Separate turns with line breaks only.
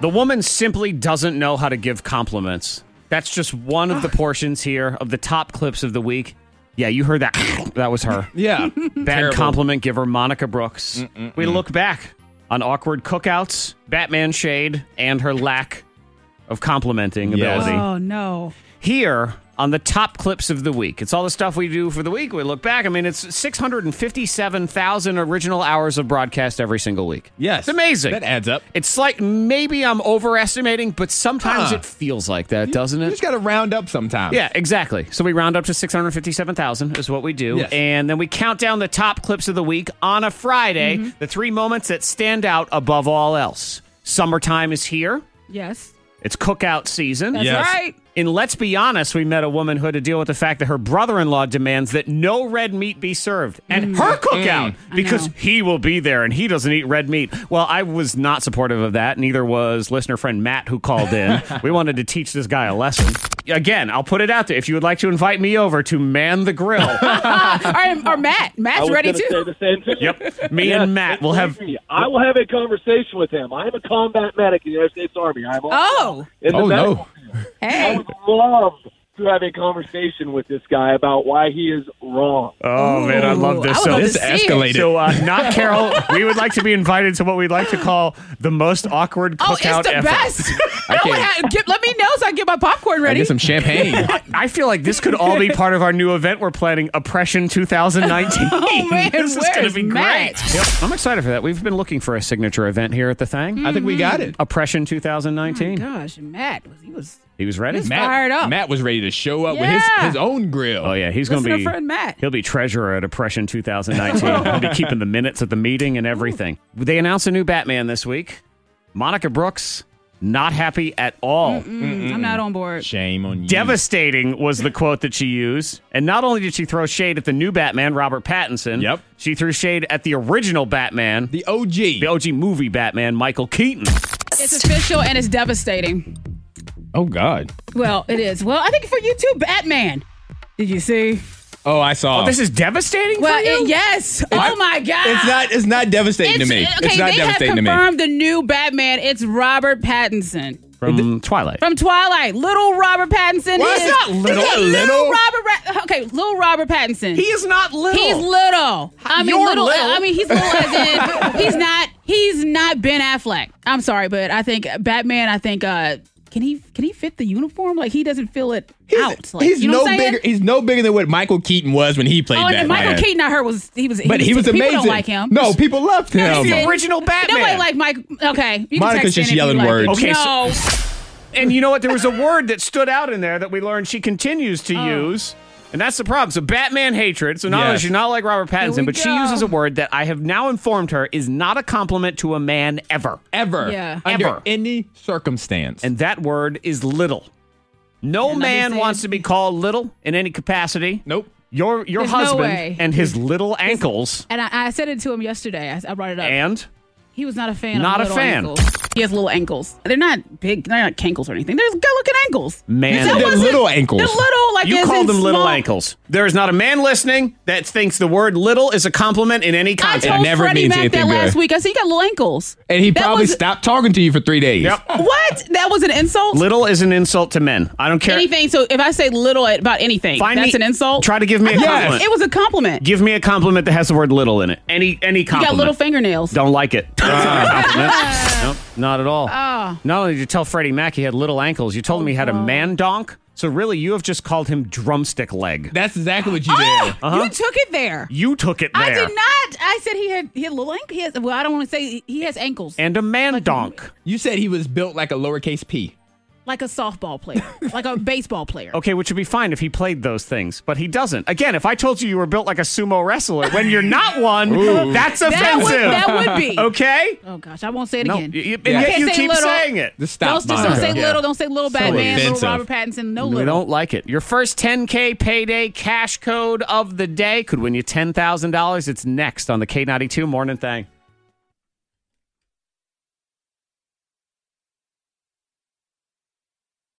The woman simply doesn't know how to give compliments. That's just one of the portions here of the top clips of the week. Yeah, you heard that. that was her.
Yeah.
Bad compliment giver Monica Brooks. We look back on awkward cookouts, Batman shade, and her lack of complimenting
Yes.
ability.
Oh no.
Here on the top clips of the week. It's all the stuff we do for the week. We look back. I mean, it's 657,000 original hours of broadcast every single week.
Yes.
It's amazing.
That adds up.
It's like maybe I'm overestimating, but sometimes
Uh-uh.
it feels like that, doesn't
You
it?
just got to round up sometimes.
Yeah, exactly. So we round up to 657,000 is what we do.
Yes.
And then we count down the top clips of the week on a Friday,
Mm-hmm.
the three moments that stand out above all else. Summertime is here.
Yes.
It's cookout season.
That's
Yes.
right.
And let's be honest, we met a woman who had to deal with the fact that her brother in law demands that no red meat be served and her cookout because
know.
he will be there and he doesn't eat red meat. Well, I was not supportive of that. Neither was listener friend Matt, who called in. we wanted to teach this guy a lesson. Again, I'll put it out there. If you would like to invite me over to Man the Grill,
All right, or Matt.
I
Matt's
was
ready
gonna Say
too.
the same thing.
yep, me and Matt will have.
Me. I will have a conversation with him. I am a combat medic in the United States Army. I'm also
Oh,
in the
Oh,
medical
no.
field. I
hey.
would love to have a conversation with this guy about why he is wrong.
Oh, man, I love this.
Ooh, I would
so
love
This
to see it.
escalated.
So, uh, not Carol. we would like to be invited to what we'd like to call the most awkward
Oh,
cookout
it's the
ever.
best. I
can't-
want get, let me know so I can get my popcorn
I
ready.
get some champagne.
I feel like this could all be part of our new event we're planning, Oppression 2019.
Oh, man,
this is
where
going to
is
be
Matt?
great. Yep, I'm excited for that. We've been looking for a signature event here at the thing.
I think we got it.
Oppression
Mm. Oh,
2019.
gosh, Matt was he was
he was ready.
He's fired up.
Matt was ready to show up with
Yeah.
his, his own grill.
Oh yeah, he's going
Listener
to be
friend Matt.
He'll be treasurer at Oppression 2019. he'll be keeping the minutes at the meeting and everything. They announced a new Batman this week. Monica Brooks not happy at all.
I'm not on board.
Shame on you.
Devastating was the quote that she used. And not only did she throw shade at the new Batman, Robert Pattinson,
Yep.
she threw shade at the original Batman,
The OG.
the OG movie Batman, Michael Keaton.
Mm.
It's official and it's devastating.
oh God.
Well, it is. Well, I think for you too, Batman. Did you see?
Oh, I saw.
This is devastating
Well,
for you?
it, yes. oh my God.
It's not. It's not devastating
It's-
to me.
Okay,
it's not
they have
devastating to me.
confirmed the new Batman. It's Robert Pattinson
From Twilight.
from Twilight. Little Robert Pattinson.
What?
is-
It's not little.
It's
Little?
Robert. Ra- okay, little Robert Pattinson.
he is not little.
He's little. I mean,
You're
little,
little.
I mean, he's little as in he's not. He's not Ben Affleck. I'm sorry, but I think Batman. I think uh, can he can he fit the uniform? Like he doesn't feel it
He's,
out. Like,
he's
you know
no
what I'm saying?
bigger. He's no bigger than what Michael Keaton was when he played
Oh, and then
Batman.
Michael Keaton, I heard was he was.
But he was
people
amazing.
Don't like him.
No, people loved
No,
him.
he
the
didn't.
original Batman.
Nobody like Mike. Okay, you can
Monica's
text
just
in if you
yelling
like
words.
it.
Okay, so-
no,
And you know what? There was a word that stood out in there that we learned she continues to use. And that's the problem. So Batman hatred. So not only
Yes.
she's not like Robert
Here
Pattinson,
we
but she
go.
uses a word that I have now informed her is not a compliment to a man ever.
Ever.
Yeah.
Under
Ever.
any circumstance.
And that word is little. No
nothing
man
said.
wants to be called little in any capacity.
nope.
Your your
There's no
husband
way.
and his little ankles
and I, I said it to him yesterday. I, I brought it up.
and
he was not a fan.
Not a
of little
fan.
Ankles. He has little ankles. They're not big. They're not cankles or anything. They're good-looking ankles.
Man.
That
They're
wasn't-
little ankles.
They're little. Like
you
as
call
in
them little
small.
ankles. There is not a man listening that thinks the word little is a compliment in any
I
context.
told
never
Freddie
means
Mac that
anything
last
good.
week. I said you got little ankles.
And he
That
probably
was-
stopped talking to you for three days.
Yep.
What? That was an insult.
Little is an insult to men. I don't care.
Anything. So if I say little about anything,
Find
that's
me-
an insult.
Try to give me a
I thought
compliment.
It was a compliment.
Give me a compliment that has the word little in it. Any any
you
compliment.
got little fingernails.
Don't like it. That's not a compliment. Nope, not at all.
Oh.
Not only did you tell Freddie Mac he had little ankles, you told him he had a man donk. So really, you have just called him drumstick leg.
That's exactly what you did.
Oh, you took it there.
Uh-huh. You took it there.
I did not. I said he had he had little ankles. He has, well, I don't want to say he has ankles
And a man donk.
You said he was built like a lowercase p.
like a softball player, like a baseball player.
Okay, which would be fine if he played those things, but he doesn't. Again, if I told you you were built like a sumo wrestler when you're not one, that's
That
offensive.
would, that would be.
okay?
Oh gosh, I won't say it
No,
again.
y- y- and
Yeah.
yet
Can't
you
say
keep
little.
saying it.
Just stop.
Don't, just don't
Monica.
say little. Don't say little Batman.
offensive.
Little Robert Pattinson. No
We
little.
don't like it. Your first 10K payday cash code of the day could win you $10,000. It's next on the K92 Morning Thing.